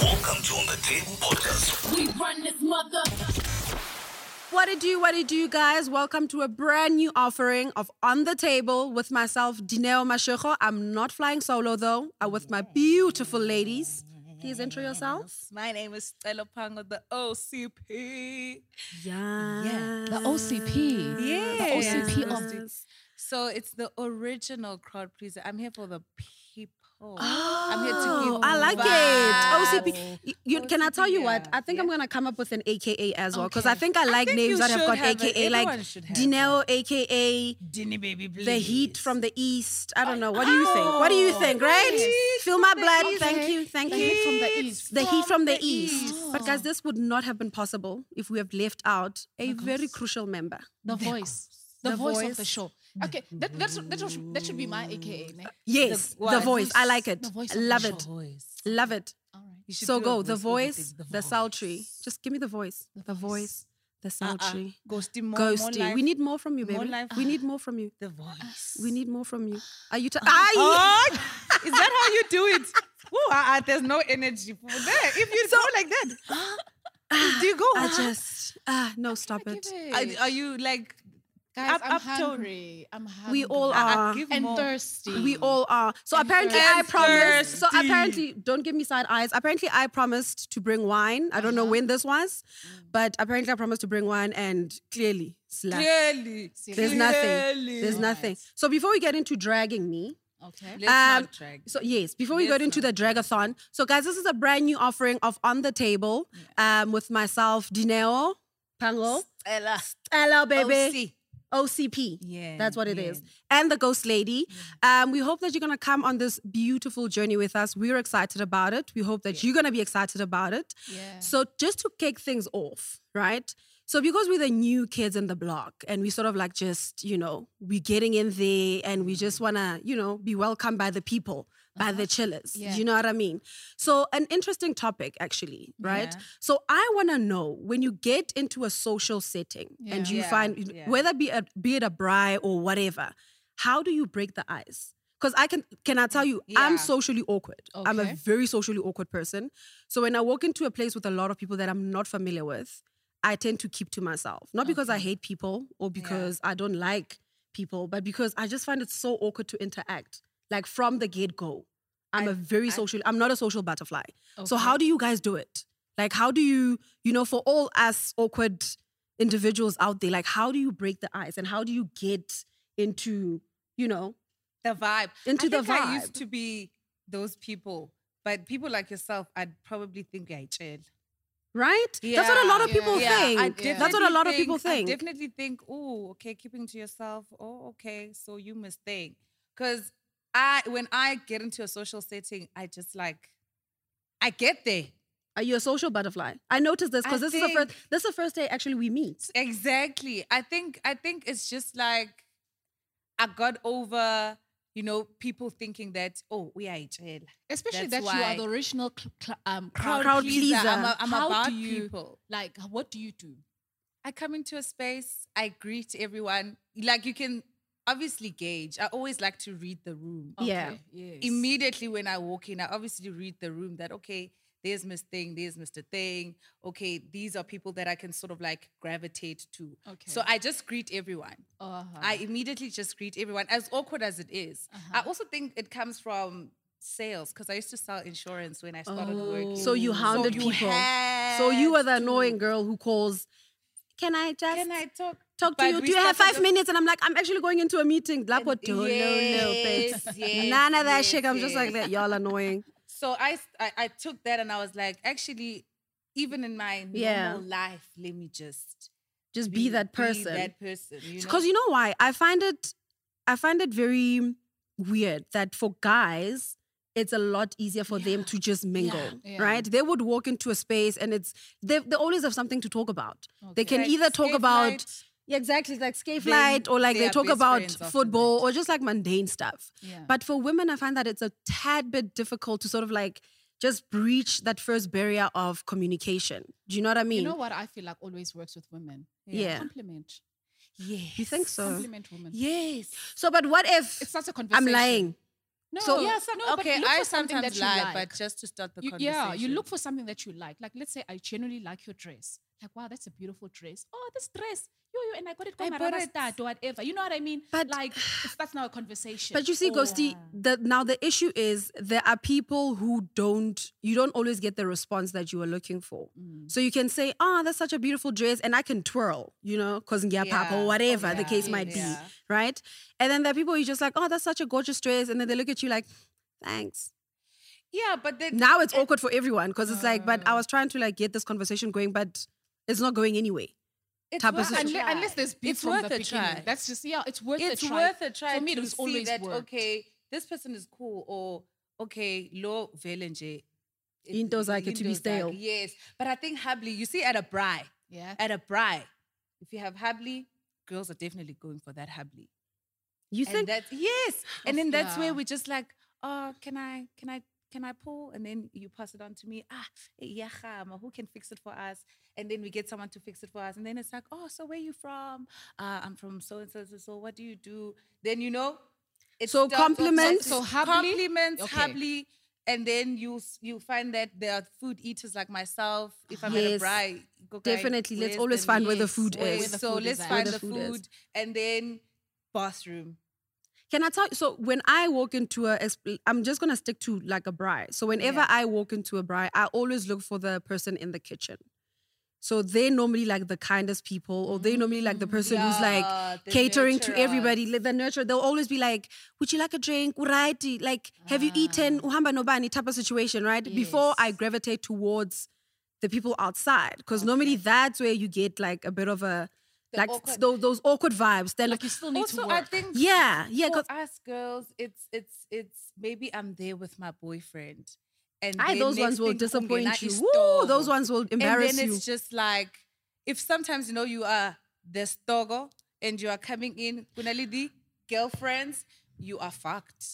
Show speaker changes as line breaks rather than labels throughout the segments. Welcome to On the Table Podcast.
We run this mother.
What it do, what it do, guys. Welcome to a brand new offering of On the Table with myself, Dineo Mashiko. I'm not flying solo though. I'm with my beautiful ladies. Please intro yourself.
My name is Stella Pango, the OCP.
Yeah.
The OCP.
Yeah.
The OCP of
Yes.
So it's the original crowd pleaser. I'm here for the people. I'm here to give
Oh, I like
vibes.
it. OCP. You, you- can I tell you what? I think I'm gonna come up with an AKA as well because I think I like
think
names
you
that have
should
got
have it.
AKA like
Everyone should have
Dineo, AKA
Dinny baby, please. Oh.
the heat from the east. I don't know. What do you think? What do you think? Right?
Yes.
Feel my
The
blood.
east.
Thank you. Thank
The
you.
heat from the east.
the heat from the east.
east.
But guys, this would not have been possible if we have left out a very crucial member.
The voice. The,
The
voice, of the
voice. Mm-hmm.
show. Okay, that, that's, that, was, that should be my AKA. Ne?
Yes, the,
what?
voice. I like it.
The voice of
Love
the
it.
Voice.
Love it.
All right.
You should
So
do a
go. The
voice
voice,
over
the,
thing,
sultry. Just give me the voice. The
voice.
voice, the
Uh-uh.
sultry.
Ghosty, more, more
Ghosty.
life.
we need more from you,
More
baby.
life.
We need more from you.
the voice.
We need more from you. Are you? T- Aye.
Oh, is that how you do it? Ooh, uh, uh, there's no energy for that. If you go like that, do you go?
I just ah no. Stop it.
Are, are you like?
Guys,
up-
I'm
uptone?
hungry. I'm hungry.
We all
Uh, uh,
are.
give
And
more.
thirsty.
We all are. So apparently, I
thirsty.
promised. So
Thirsty.
apparently, don't give me side eyes. Apparently, I promised to bring wine. I don't know when this was, but apparently, I promised to bling wine, and clearly, slack.
Clearly.
There's nothing. There's nothing. So before we get into dragging me,
Okay.
Let's
Um,
not drag.
so yes, before we get into the dragathon, so guys, this is a brand new offering of on the table, um, with myself, Dineo, Pango,
Ella. Oh,
hello baby,
OC.
OCP.
Yeah,
That's what it
yeah.
is. And the ghost lady. Um, we hope that you're going to come on this beautiful journey with us. We're excited about it. We hope that you're going to be excited about it.
Yeah.
So, just to kick things off, right? So, because we're the new kids in the block and we sort of like just, you know, we're getting in there and we just want to, you know, be welcomed by the people, by the chillers.
Yeah.
You know what I mean? So, an interesting topic, actually, right?
Yeah.
So, I want to know when you get into a social setting and
Yeah.
you
Yeah,
find,
yeah.
whether be, a, be it a bri or whatever, how do you break the ice? Because I can, can I tell you, I'm
Yeah.
socially awkward. I'm a
Okay.
very socially awkward person. So when I walk into a place with a lot of people that I'm not familiar with, I tend to keep to myself. Not because I hate people or because I don't like people, but because I just find it so awkward to interact. Like from the get go, I'm a very social. I'm not a social butterfly. So how do you guys do it? Like how do you, you know, for all us awkward individuals out there, like how do you break the ice and how do you get into, you know,
The vibe.
Into
I
the
think I
vibe.
used to be those people, but people like yourself, I'd probably think I chill.
right? That's what a lot of
Yeah.
people
Yeah,
think.
I
Yeah.
That's what a
definitely
lot of people
I
think.
definitely think, oh, okay, keeping to yourself. Oh, okay, so you must think. Because I, when I get into a social setting, I just like, I get there.
Are you a social butterfly? I noticed this because
I
this is the first.
think-
This is the first day actually we meet.
Exactly. I think, I think it's just like, I got over, you know, people thinking that, oh, we are chill.
Especially
That's
that you
why-
are the original cl- cl- um, crowd.
Crowd pleaser.
I'm, a, I'm
How
about
do you-
people.
Like, what do you do?
I come into a space, I greet everyone. Like you can obviously gauge. I always like to read the room.
Yeah.
Okay, Yes.
Immediately when I walk in, I obviously read the room that okay, there's Miss Thing, there's Mr. Thing. Okay, these are people that I can sort of like gravitate to. So
Okay.
I just greet everyone.
Uh-huh.
I immediately just greet everyone, as awkward as it is.
Uh-huh.
I also think it comes from sales because I used to sell insurance when I started working.
Oh, So you hounded people. So
had
you were the
to-
annoying girl who calls. Can I just
Can I talk?
talk to
But
you?
we
Do you have
started
five
off-
minutes? And I'm like, I'm actually going into a meeting. Black what? No, no,
Yes,
babes.
yes,
None of that
yes,
shit. I'm just like
yes.
that. Y'all annoying.
So I, s- I I took that and I was like, actually, even in my normal
Yeah.
life, let me just
Just be, that person.
that person. You know?
Because you know why? I find it I find it very weird that for guys it's a lot easier for them to just mingle,
yeah.
right? They would walk into a space and it's they they always have something to talk about. They can
Like
either talk
skate
about
night.
yeah, exactly like skate
Then
flight or like
they
they
are
talk
best
about
friends after
football
that.
or just like mundane stuff.
Yeah.
But for women, I find that it's a tad bit difficult to sort of like just breach that first barrier of communication. Do you know what I mean?
you know what I feel like always works with women?
Yeah.
Compliment.
yes,
You think so?
Compliment women.
yes.
So, but what if
It starts a
I'm
conversation.
lying?
No,
So-
yeah, some, no,
okay,
but look
I
for something
sometimes
that you
lie,
like.
but just to start the
You-
conversation.
yeah, you look for something that you like. Like, let's say I genuinely like your dress. Like, wow, that's a beautiful dress. Oh, this dress, yo, yo, and I got it
I
from a
bought
rubber
it.
stud or whatever. You know what I mean?
But-
like, that's now a conversation.
But you see,
Or-
Oh,
Ghosty, the, now the issue is there are people who don't, you don't always get the response that you were looking for.
Mm.
So you can say, ah, that's such a beautiful dress, and I can twirl, you know, cause yeah, papa,
Yeah.
or whatever the
Yeah.
case might be,
Yeah.
right? And then there are people who just like, oh, that's such a gorgeous dress, and then they look at you like, thanks.
Yeah, but then
Now it's awkward for everyone because it's like, but I
Uh.
was trying to like get this conversation going, but it's not going anyway.
it's
type of
worth a
Well, unle-
try.
unless there's beef
It's
from
worth
the
a
beginning.
try.
That's just yeah, it's worth
it's
a try.
worth a try
For me, it
to
was
see
always
that
worked.
okay, this person is cool, or okay, low velenje.
Into zakhe to be stale.
Yes, but I think Habli, you see, at a bri,
Yeah.
at a bri, if you have Habli, girls are definitely going for that Habli.
You
and
think?
that's yes, and then that's
yeah.
where we're just like, oh, can I, can I, can I pull? And then you pass it on to me. Ah, yeah, who can fix it for us? And then we get someone to fix it for us. And then it's like, oh, so where you from? Uh, I'm from so and so so so. What do you do? Then you know, it
So
starts off like
compliments-
this,
So hubbly?
compliments,
Okay.
hubbly, and then you you find that there are food eaters like myself. If I'm at a
Yes,
braai, go guy,
definitely. Let's
where's
always
the
find where the
yes,
food
where
Wait,
is.
the
so
food
let's
is at.
Where
find the
the food
food,
is.
and then bathroom.
Can I tell you? So when I walk into a, exp- I'm just gonna stick to like a bride. So whenever
Yeah.
I walk into a bride, I always look for the person in the kitchen. So they're normally like the kindest people, or they normally like the person who's like
Mm, Yeah, the
catering to
nurturer.
everybody, like the nurture. They'll always be like, "Would you like a drink? Uraiti? Like, have you eaten?
Ah.
Uhamba nobani?" Type of situation, right? Before I
Yes.
gravitate towards the people outside, because normally that's where you get like a bit of a
The
like
awkward-
those, those awkward vibes. Then
Like you still need
Also,
to uh,
I
work.
think
yeah, yeah,
for
because
us girls, it's it's it's maybe I'm there with my boyfriend, and
I
then
those ones
next
will
thing
disappoint
kungena
you.
istogo.
Woo, those ones will embarrass
and then
you.
it's just like if sometimes you know you are the stogo and you are coming in kunalidi girlfriends, you are fucked.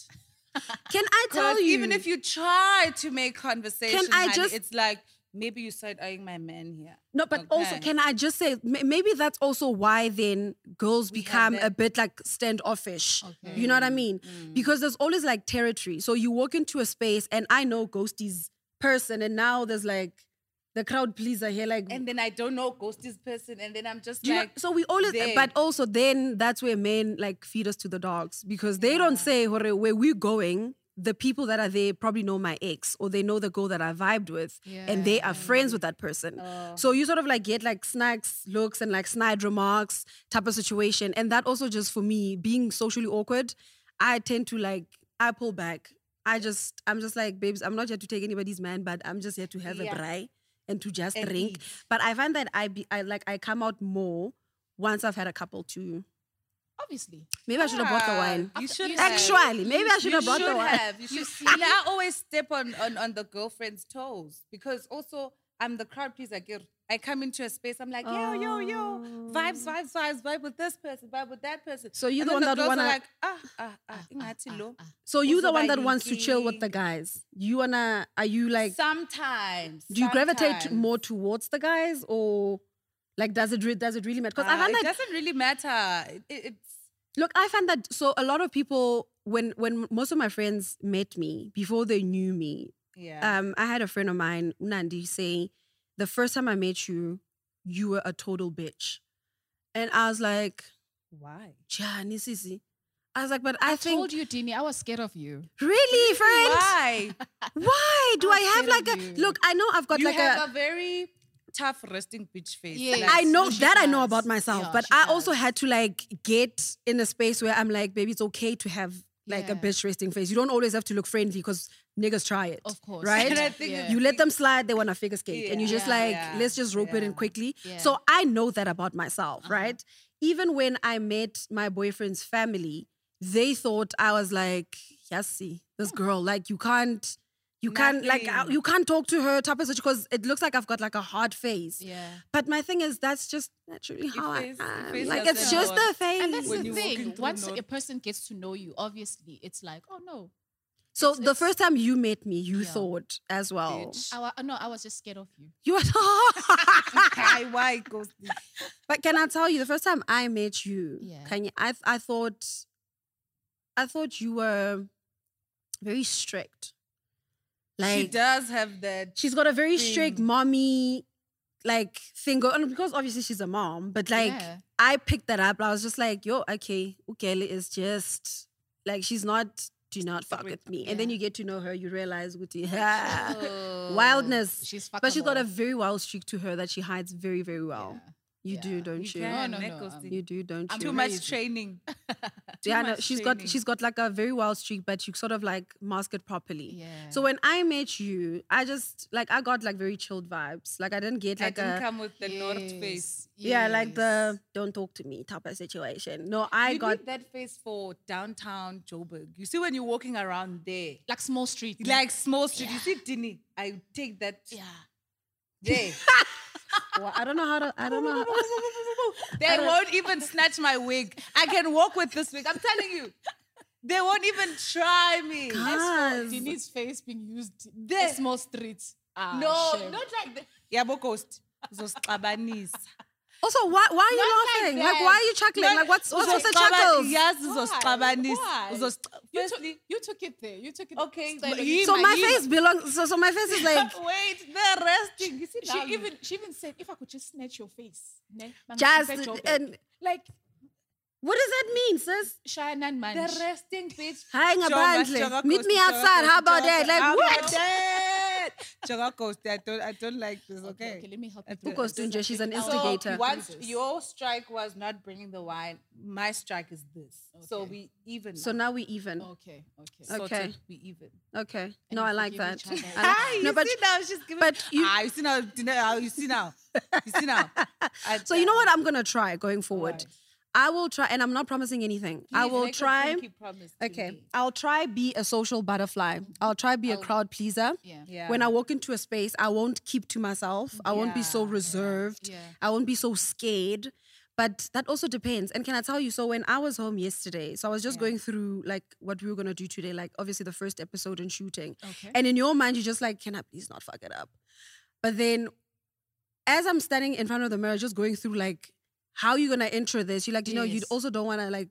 Can I tell
Because
you?
even if you try to make conversation,
I
honey,
just-
it's like maybe you started eyeing my man here.
no, but also
Okay.
can I just say may- maybe that's also why then girls
We have
become a
that- Mm.
bit like standoffish. You know what I mean? Because there's always like territory. So you walk into a space, and I know Ghosty's person, and now there's like the crowd pleaser here, like.
and then I don't know ghost this person, and then I'm just
do you know-
like,
so we always,
there.
but also then that's where men like feed us to the dogs because they don't say "Hore, where we're going. The people that are there probably know my ex or they know the girl that I vibed with, and they are friends with that person.
oh,
So you sort of like get like snacks, looks, and like snide remarks type of situation. And that also just for me, being socially awkward, I tend to like I pull back. I just I'm just like, babes, I'm not here to take anybody's man, but I'm just here to have
Yeah.
a braai and to just
and
drink.
eat.
But I find that I be I like I come out more once I've had a couple too.
Obviously.
Maybe I should have bought the
Ah,
wine.
You
After-
should
you
have.
Actually, maybe I should
You
have brought the
should
wine.
have. You should see. Like, I always step on, on on the girlfriend's toes because also I'm the crowd pleaser girl. I come into a space, I'm like, yo, yo, yo, vibes, vibes, vibes, vibe with this person, vibe with that person.
Oh. So you're
And
the
then
one that
girls are
wanna-
like, ah, ah, ah,
Ah, ah,
ingathi
ah,
lo.
ah.
So you
Also
the one
by
that wants to chill with the
Yuki.
guys. You wanna are you ah. like
sometimes.
do you gravitate to-
sometimes.
more towards the guys or like does it re- does it really matter? Because I
Ah,
find
it
that
doesn't really matter. It, it- it's
Look, I find that so a lot of people when when most of my friends met me before they knew me,
yeah.
um, I had a friend of mine, Nandi, say, the first time I met you, you were a total bitch. And I was like,
Why?
Jani Sisi. I was like, but I, think
told you, Dini, I was scared of you.
really, friend,
Why?
why, do
I
I have
feel
like a
you.
look, I know I've got
you
like
have a, very tough resting bitch face.
Yes.
I know
No, she
that I know about
does.
myself,
Yeah,
but
she
I also
does.
had to like get in a space where I'm like, baby, it's okay to have like a
Yeah.
bitch resting face. You don't always have to look friendly because niggas try it.
Of course.
Right?
And I think
Yeah.
You let them slide, they want to figure skate. And you're just
Yeah.
like,
Yeah.
let's just rope it in
Yeah.
quickly.
Yeah.
So I know that about myself,
Uh-huh.
right? Even when I met my boyfriend's family, they thought I was like, Yassi, this girl, like you can't, you can't, like uh,
Nothing.
you can't talk to her, type of such because it looks like I've got like a hard face.
Yeah.
But my thing is, that's just naturally how I
face- your
am.
face
Like
does
it's
that
just
work.
the face.
And that's
When
the
you're
thing.
walking through
Once
North-
a person gets to know you, obviously, it's like, oh no,
so
it's-
the
it's-
first time you met me, you
Yeah.
thought as well.
I, wa- no, I was just scared of you.
You were
Why? Why goes?
But can I tell you, the first time I met you,
Yeah.
Kanye, I th- I thought, I thought you were very strict.
she
Like
does have that.
she's got a very strict
thing.
mommy like thing go- and because obviously she's a mom but like
Yeah.
i picked that up i was just like yo okay ukele is just like she's not do not fuck
with-
with me and then
yeah.
you get to know her you realize with you
Oh,
ah, wildness.
She's
but she's got a
fuckable.
very wild streak to her that she hides very very well
Yeah.
you
yeah.
do don't
You
you
can,
No, no, no,
Nichols
um,
did.
you do don't
I'm
you
too much
Crazy.
training. too
yeah no,
much
she's got
training.
she's got like a very wild streak but you sort of like mask it properly
Yeah.
So when I met you, I just like I got like very chilled vibes. Like I didn't get
I
like
didn't
a
come with the North face.
Yes,
yeah, like the
yes.
don't talk to me type of situation. No, I
you
got
need that face for downtown Joburg. You see when you're walking around there,
like small street.
like small street. You see Dini, I take that
yeah.
there.
well, I don't know how to I don't know how,
They
uh,
won't even snatch my wig. I can walk with this wig. I'm telling you, they won't even try me.
Guys,
Dini's face being used
There.
in small streets. Ah,
No,
shame.
not like that. Yabo Ghost. Zosixabanisa.
Also, why why are
Not
you
like
laughing? Like,
that.
why are you chuckling?
Not-
like what's what's with the
Uzosixaba-
chuckles?
Yes,
Why?
zosixabanisa.
Why? You
Uzosix-
took,
Firstly,
you took it there. You took it.
Okay,
style
but
of
he-
it.
So my
you-
face belongs so, so my face is like
wait, they're resting. You see,
she
now you-
even she even said, if I could just snatch your face, ne?
jazz
Bangisiphe Joburg."
and
like
what does that mean, sis?
shy and
They're
man.
resting, bitch.
Hang a bandle. Meet me outside. How about that? Like what?
Joga Coast, I don't, I don't like this. Okay.
okay, let me help
I
you. through
thought-
this.
Ukos Tunja, she's an
I'll-
So,
Instigator.
once
Do this.
your strike was not bringing the wine, my strike is this. So
Okay.
we even.
So now we even.
Okay, okay.
Okay.
Sorted, We even.
Okay.
And
No,
you
I like
forgive
that.
each other.
I like-
Ah, you
no, but
see now she's giving.
but you-
ah, you see now, you know, ah, you see now, you see now. I-
So you know what I'm gonna try going forward.
Alright.
I will try, and I'm not promising anything. I
Please
will
make a
try.
pinky promise to
Okay,
me.
I'll try be a social butterfly. I'll try be a
Oh.
crowd pleaser.
Yeah.
Yeah.
When I walk into a space, I won't keep to myself. I won't be so
Yeah, yeah,
reserved.
yeah.
I won't be so scared. But that also depends. And can I tell you? So when I was home yesterday, so I was just going through like what we were gonna do today, like obviously the first episode and shooting.
Okay.
And in your mind, you're just like, can I please not fuck it up? But then as I'm standing in front of the mirror, just going through like how you gonna enter this, you like, you know, you
Yes.
also don't wanna like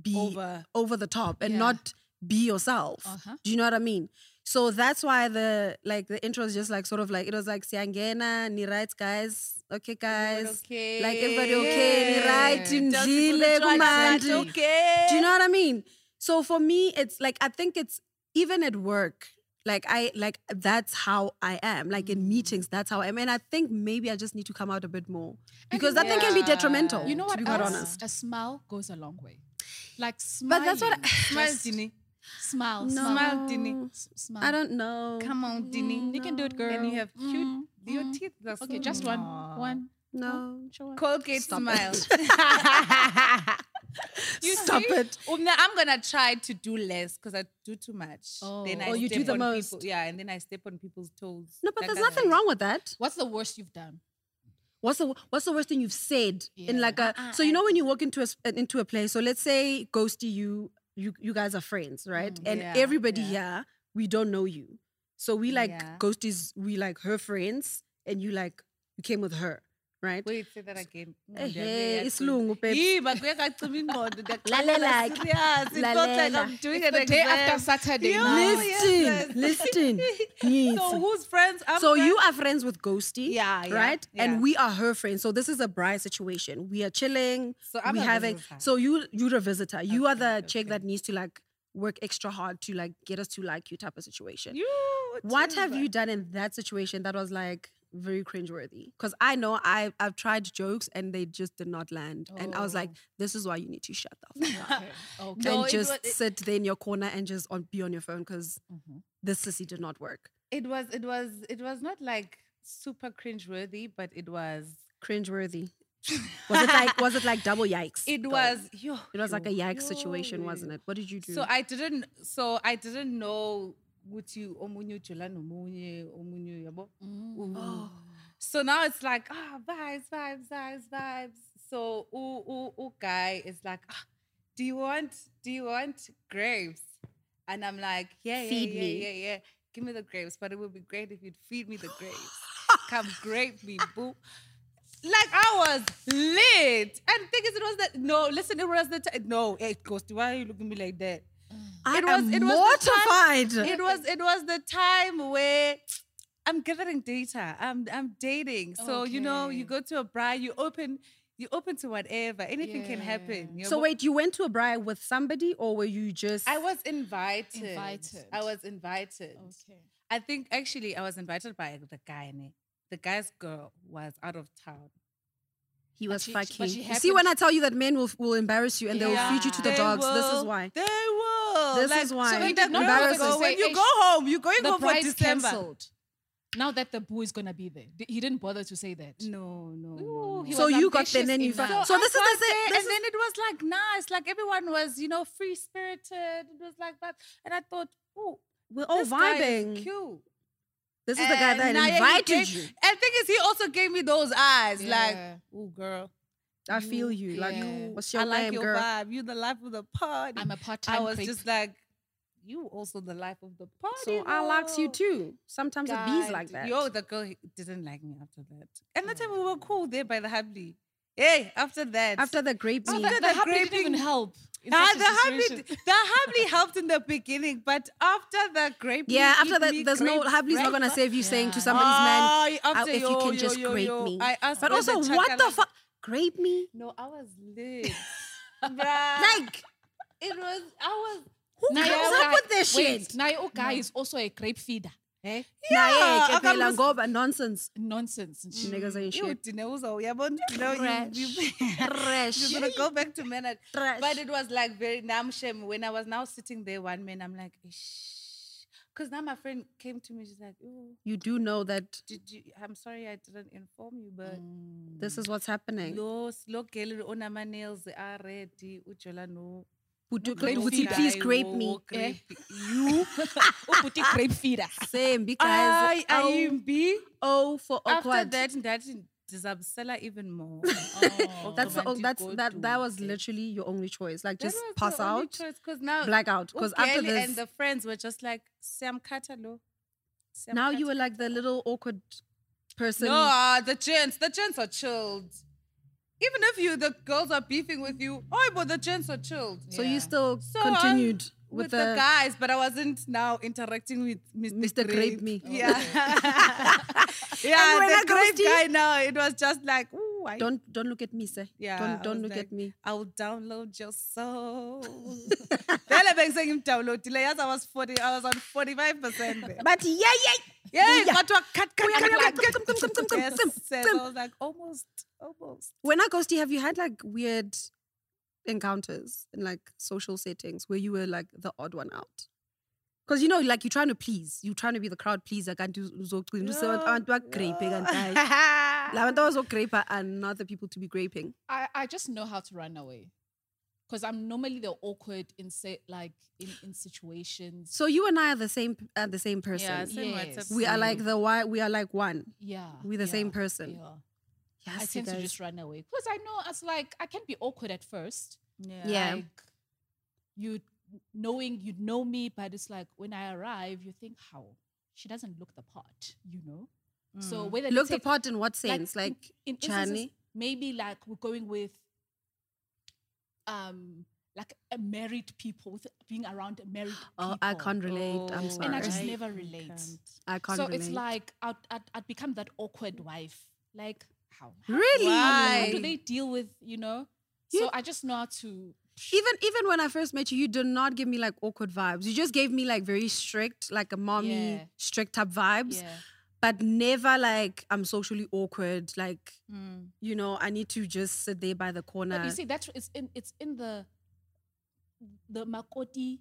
be over,
over,
the top and
Yeah.
not be yourself.
Uh-huh.
Do you know what I mean? So that's why the like the intro is just like sort of like it was like Siangena, ni right guys, okay guys.
okay,
Like everybody okay,
Yeah.
ni right,
Just people
ndile
Try that,
kumandi.
okay.
Do you know what I mean? So for me, it's like I think it's even at work. Like I like that's how I am. Like in meetings, that's how I am. And I think maybe I just need to come out a bit more because that thing can be
Yeah.
detrimental.
You know
To
what
be
else?
quite honest.
A smile goes a long way. Like smile.
But that's what
Smile,
Just
Dini.
Smile.
No.
Smile.
Smile, Dini.
S- Smile.
I don't know.
Come on, Dini.
Mm, you can do it, girl.
And you have cute
Mm,
your
mm.
teeth. That's
Okay,
so
just one.
nice.
One.
No.
Show one.
Colgate
Stop
smile. you
Stop
see?
it.
Um, now I'm gonna try to do less because I do too much. Then
Oh.
I
Or you
step
do the
on
most.
People. Yeah, and then I step on people's toes.
No, but
Like
there's
I
nothing
said.
wrong with that.
What's the worst you've done?
What's the what's the worst thing you've said in
Yeah.
like a
Uh,
so you know when you walk into a s- uh, into a place so let's say ghosty you you you guys are friends right
Mm.
and
Yeah,
everybody
yeah.
here we don't know you so we like
Yeah.
ghosties we like her friends and you like you came with her right
Wait, say that again. Mm,
Eh, eh, isilungu, babes.
Yeah, but we're going to be more.
Lalela.
Serious. It felt like
Lalela.
I'm doing
The
an
day after
exam.
Saturday.
Yo.
night.
Liz-
listen listen
yes, yes. So
yes.
who's friends? I'm
so you
friends.
are friends with ghosty
Yeah, yeah,
right
yeah.
and we are her friends so this is a bright situation we are chilling
So I'm
we
a
having
visitor.
so you you're a visitor you are the
Okay,
chick
okay.
that needs to like work extra hard to like get us to like you type of situation
You.
what have
Timber.
you done in that situation that was like very cringeworthy because i know i i've tried jokes and they just did not land and i was like
Oh.
this is why you need to shut the fuck up
Okay. okay.
No,
and
it
just
was- it-
sit there in your corner and just on, be on your phone because
Mhm.
this sissy did not work
It was. It was. It was not like super cringeworthy, but it was.
cringeworthy was it like was it like double yikes
It
though?
was. Yo,
it was like a
yo,
yikes situation
yo.
wasn't it what did you do
So I didn't. So I didn't know. ukuthi omunye ujula nomunye omunye yabo
Mm.
Oh.
so now it's like ah vibes vibes vibes vibes so ooh, ooh, ooh, guy is like ah, do you want do you want grapes and i'm like yeah yeah
Feed
yeah,
me.
yeah yeah give me the grapes but it would be great if you'd feed me the grapes come grape me boo like I was lit, and thing is, it was that no. Listen, it was the time. No, hey, Ghost, why are you looking at me like that?
I
It was-
am
it was the
mortified.
it was it was the time where I'm gathering data. I'm I'm dating. So you know, you
Okay.
go to a bra, you open, you open to whatever. Anything can happen.
Yeah.
you
so
know.
wait, you went to a bribe with somebody, or were you just?
I was invited.
Invited.
I was invited.
Okay.
I think actually I was invited by the guy. ne? The guy's girl was out of town.
He
But
was
she- she- but
fucking.
she
You see, when I
happened-
tell you that men will will embarrass you and they will feed you to the
Yeah.
They
dogs, this is
will-
why.
They will.
This
Like,
is why.
so
when
you
that
did not
girl
embarrass
go-
us.
When
Say,
you
"Eish,
go home, you're going
the
home for
prize
December.
cancelled. Now that the boo is gonna be there, Th- he didn't bother to say that.
No, no. no,
Ooh, he
no.
So
was
you got there
ambitious
and then you
enough.
found-
So
So
this
this is
is
the sa- this
and
is-
then it was like nice, like everyone was, you know, free spirited. It was like that, and I thought, oh,
We're all
this guy is
vibing.
cute.
This is the guy
And
that
now he
invited
gave-
you.
And thing is, he also gave me those eyes, like,
Yeah.
oh, girl,
I feel you. Like,
yeah.
what's
I
your
like
name,
your
girl?
vibe. You the life of the party.
I'm a part-time.
I was
creep.
just like, you also the life of the party.
So I liked you
girl."
too. Sometimes it bees like
God,
that. Oh,
Yo, the girl he- didn't like me after that. And that time we were cool there by the Hadley. Hey, after that.
After the grape
Oh,
tea.
the,
after
the
the
happy didn't even
graping-
help. in
Ah,
such a
the Hadley,
situation.
d- the Hadley helped in the beginning, but after the grape.
yeah,
you
after
eat
that,
me
there's no
grape,
Habli's not
grape,
gonna
huh?
save you saying to
Yeah.
somebody's man.
Ah, after,
if you
yo,
can
yo,
just
yo,
grape
yo.
me.
I asked
But
where
also, what the
chakalaka-
fuck? Grape me?
No, I was lit. Bruh.
Like,
it was, I was.
who
Now
comes
your
up
guy-
with this
Wait,
shit? Ah,
now your guy is also a grape feeder. Eh?
Nah, yeah,
I
ke
can't
phela
listen-
ngoba nonsense.
Nonsense.
Mm.
and shit.
Niggas ain't
You
shit.
dinner was all, yeah, but now you, you,
Trash.
you're gonna go back to men. and-
Trash.
But it was like very namshem. When I was now sitting there one minute, I'm like, because now my friend came to me. She's like, oh,
You do know that
did you? I'm sorry, I didn't inform you, but
this is what's happening.
yo, slow girl, on my nails they are ready. Ujola no.
Butu-
Grape
Buti,
feeder.
please grape me.
eh?
You
Oh, but the grape feeder.
Same because
I I
O,
am B.
O for
After
awkward.
that, that disabsela even more.
Oh.
That's the,
Automatic
on- that's
go
that
to
that was
bed.
literally your only choice. Like just pass out,
because now
blackout. Because after
Ugali
this,
and the friends were just like Sam Katalo.
now you were like the little awkward person.
no, ah, the gents, the gents are chilled. Even if you, the girls are beefing with you, oh, but the gents are chilled.
so
Yeah.
you still
So I'm
continued with,
with
the,
the, guys, but I wasn't now interacting with Mr.
Mr. Grape
Grape.
Me.
Yeah,
And when
yeah,
I
the
go
Grape
see-
guy. Now it was just like, ooh, I,
Don't don't look at me, sir.
Yeah, I
don't don't
was
look
like-
at me.
I will download your soul. Vele bengise ngimdownload. Like, yes, I was 40, I was on 45 percent there.
But yeah, yeah.
Yeah,
Yeah.
got to a cut, cut,
Kuya,
cut,
kuya,
cut,
kuya, kum, kum, kum, kum, kum,
Yes,
kum,
yes, I
kum.
was like, almost, almost.
When I ghosty, have you had like weird encounters in like social settings where you were like the odd one out? Because you know, like you're trying to please, you're trying to be the crowd pleaser. Kanti uz- uzogcina usebenza- abantu bagrape kanti hayi. La bantu abazogrape are not the people to be graping.
I, I just know how to run away. Because I'm normally the awkward in se- like in, in situations.
So you and I are the same uh, the same person.
Yeah, same
Yes.
WhatsApp
we are
group.
like the why we are like one.
Yeah.
We the same
yeah,
person.
Yeah.
Yes,
I
you
tend to
guys.
just run away. Because I know as like I can be awkward at first.
Yeah.
Like you knowing you know me, but it's like when I arrive, you think how? She doesn't look the part, you know? So
Mm.
whether
look
the
the part in what sense? Like,
in, in
Johnny?
instances, maybe like we're going with um like a married people with being around married
oh,
people.
I can't relate. I'm
Oh,
sorry.
And I just
Right.
never
You
relate.
can't.
I can't
so
relate.
it's like I'd, I'd, I'd become that awkward wife. Like how?
really
How
Why?
do they deal with you know?
You-
so I just know how to.
even even when I first met you, you did not give me like awkward vibes. You just gave me like very strict, like a mommy
Yeah.
strict type vibes,
Yeah.
but never like I'm socially awkward. Like
Mm.
you know, I need to just sit there by the corner.
But you see, that's it's in it's in the the makoti.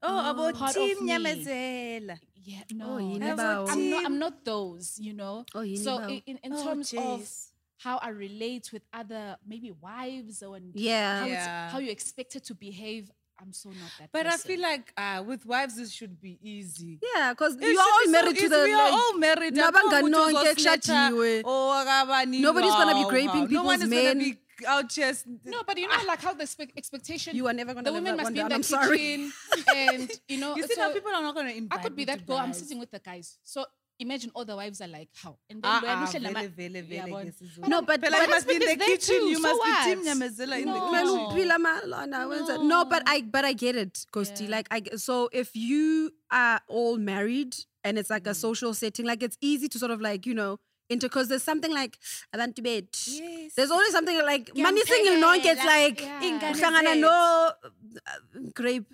Oh,
Mm.
about
Part of
team
me.
Nyamazela.
Yeah, no,
Oh, you
that's-
never-
I'm not. I'm not those. You know.
oh, you
so
know.
i- in, in
Oh,
terms of
jeez.
how I relate with other maybe wives or and how,
yeah.
it's,
Yeah.
how you expected to behave, I'm so not that.
But I
person.
feel like uh, with wives, it should be easy.
Yeah, because
It
you are all
should be so
married to
easy.
the
We are
like,
all married. Akukho ukuthi
nabanganonke
uzosiletha,
ekushadiwe.
"Oh, akabani,
Nobody's gonna be
wow,
graping
wow." No one
people's
is gonna
men.
be out just.
no, but you know,
Ah.
like how the spe- expectation
you are never gonna.
the
live
women
that
must
one
be in
down.
the
I'm sorry.
kitchen, and you know,
You see, now
so
people are not gonna invite.
I could be
me to
that girl. I'm
guys.
sitting with the guys, so imagine all the wives are like, how? And
Ah,
then we are
ah,
Michelle, I'm
vele,
like,
vele,
yeah,
vele,
but-
yes, is
No,
what-
but,
Phela,
but
you must be in the
because they
kitchen.
too,
You
so
must be Team
what?
Nyamazela in the
No.
kitchen.
No.
Malupila malona, what's that? No, but
No.
I but I get it, Kosti.
Yeah.
Like I g- so if you are all married and it's
Mm.
like a social setting, like it's easy to sort of like, you know, intercourse. There's something like I want to bed.
Yes.
There's always something like
Ngiyamphekela,
money single no gets like
yeah.
ingane
uhlangana
zethu.
no uh, grape.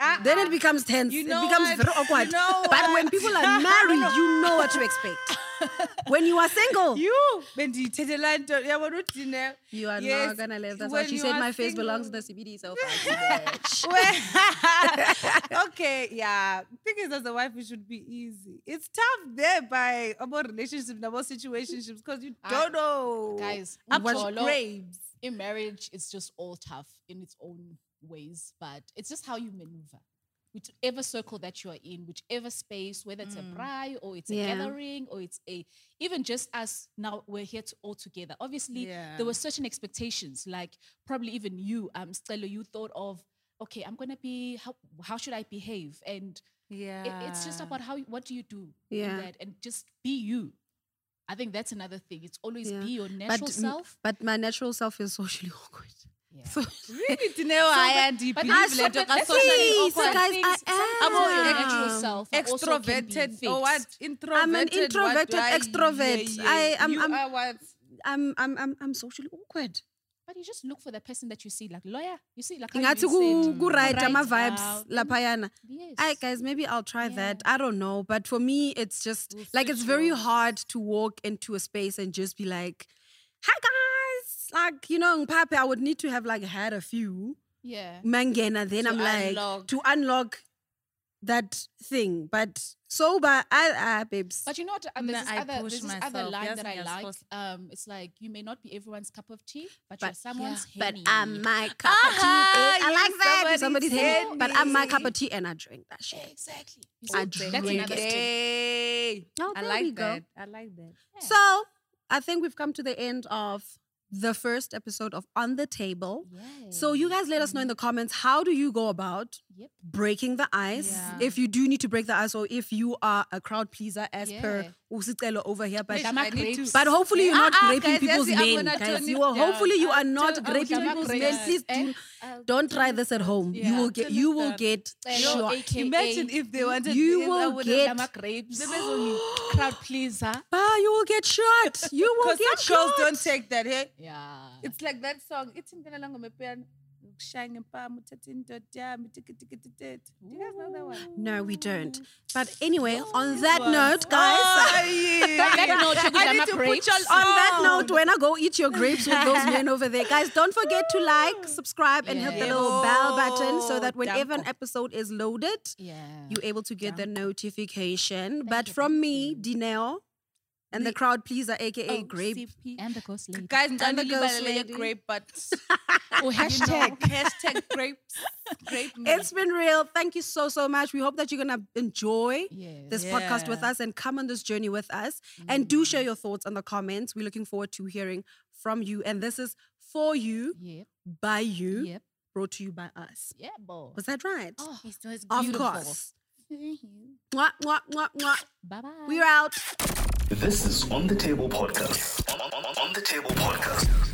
Ah,
Then it becomes tense.
You
it
know
becomes
what?
very awkward.
You know
but when
what?
people are married, you know what to expect. when you are single, you,
you bendiyithethela into yabona uthi ne-
are
Yes,
not gonna live. That's why
when
she
you
said
are
my face belongs to the
single.
CBD. So fuck you, bitch.
Well, okay, yeah. Thing is, as a wife, it should be easy. It's tough there by about relationships, about situationships, because you
Ah,
don't know.
guys,
up to
Mjolo,
grapes.
in marriage, it's just all tough in its own ways, but it's just how you maneuver. Whichever circle that you are in, whichever space, whether it's a braai or it's a
Mm. Yeah.
gathering or it's a, even just us now, we're here to, all together. Obviously,
Yeah.
there were certain expectations, like probably even you, um, Stella, you thought of, okay, I'm going to be, how, how should I behave? And
Yeah.
it, it's just about how, you- what do you do? in
Yeah.
that and just be you. I think that's another thing. It's always
Yeah.
be your natural
m-
self.
But my natural self is socially awkward.
Yeah.
So
really to know I am deep.
But
I
I
slept
slept
with
at
Leslie. So guys, I am.
about your natural
Um,
self. are also can be
Extroverted or
Oh,
fixed.
what? Introverted. what do
introverted
I-
extrovert.
Yeah,
I-
yeah.
I'm-
you
I'm-
are what?
I'm I'm I'm I'm socially awkward.
But you just look for the person that you see, like lawyer. You see, like how you
Ngathi
said,
ku
mm,
ku right ama
right,
vibes
uh,
lapayana.
Yes.
Aye guys, maybe I'll try
Yeah.
that. I don't know, but for me it's just
We'll
like it's
switch
very
roles.
hard to walk into a space and just be like, "Hi guys." Like, you know, Papi, I would need to have like had a few
Yeah.
mangena then
To
I'm like
unlock.
to unlock that thing. But sober, I, I babes.
But you know what? uh,
No,
There's this
I
other,
push
there's this other
myself.
line
Yes,
that I
yes,
like.
yes.
Um, it's like you may not be everyone's cup of tea, but,
But-
you're someone's
But
henny.
I'm my cup of tea.
Aha,
eh? I
you
like that. Somebody's
somebody's
head. But I'm my
handy.
cup of tea and I drink that shit.
exactly. You
I
see?
drink
That's another
it.
thing.
Yay.
Oh,
I
there we
like
go.
that. I like that.
Yeah.
So I think we've come to the end of the first episode of On the Table. So you
Yay.
guys let us know in the comments how do you go about
Yep.
breaking the ice
Yeah.
if you do need to break the ice or if you are a crowd pleaser as per
Yeah.
Usitelo over here. But
Please,
Dama
I need to-
grapes.
But hopefully you're not
Ah, ah,
raping
guys, yes,
people's
I'm
men,
gonna
guys.
turn
You
it
are, hopefully you
down.
are not
I'll turn- I'll
raping
turn it
people's
down.
men. Please do,
eh?
don't try this at home. You
Yeah.
will get
Turn
you
it
will
down.
get
Eh,
Tell
shot.
your AKA
Imagine if they wanted
You
if I
will
would have-
get
Dama grapes.
Bebezoni.
Crowd pleaser.
ah, you will get shot. You will
Because
get
some girls
shot.
don't take that, hey?
Yeah.
It's like that song. It's in Gonna Lango Mepian. Shang and Pam, Tatin Dotam, Tiki Tiki Tit. Do you guys know that one?
No, we don't. But anyway, on that note, guys. uh,
Oh, yeah.
On that note, you
Oh, I
Dama
need to put
grapes.
y'all
on that note, when I go eat your grapes with those men over there, guys, don't forget to like, subscribe, and hit the little bell button so
Oh,
that whenever an
Danko.
episode is loaded,
Mm-hmm. Yeah.
you're able to get the notification.
Thank
But
you, Oh,
from
thank
me, Dineo, and the crowd pleaser, aka Grape.
OCP.
and the ghost lady.
Guys, I'm
the
going
ghost
to
lady.
grape, but
Oh,
Or
hashtag,
hashtag.
hashtag grapes. Grape me.
It's been real. Thank you so, so much. We hope that you're going to enjoy
Yes.
this podcast with
Yeah.
us and come on this journey with us. And do
Mm. Mm-hmm.
share your thoughts on the comments. We're looking forward to hearing from you. And this is for you,
Yep.
by you,
Yep.
brought to you by us.
Yeah, boy.
Was that right?
Oh,
Of
beautiful.
course. Mwah, mwah, mwah, mwah.
bye bye.
We're out.
This is On the Table Podcast. On, on- on the Table Podcast.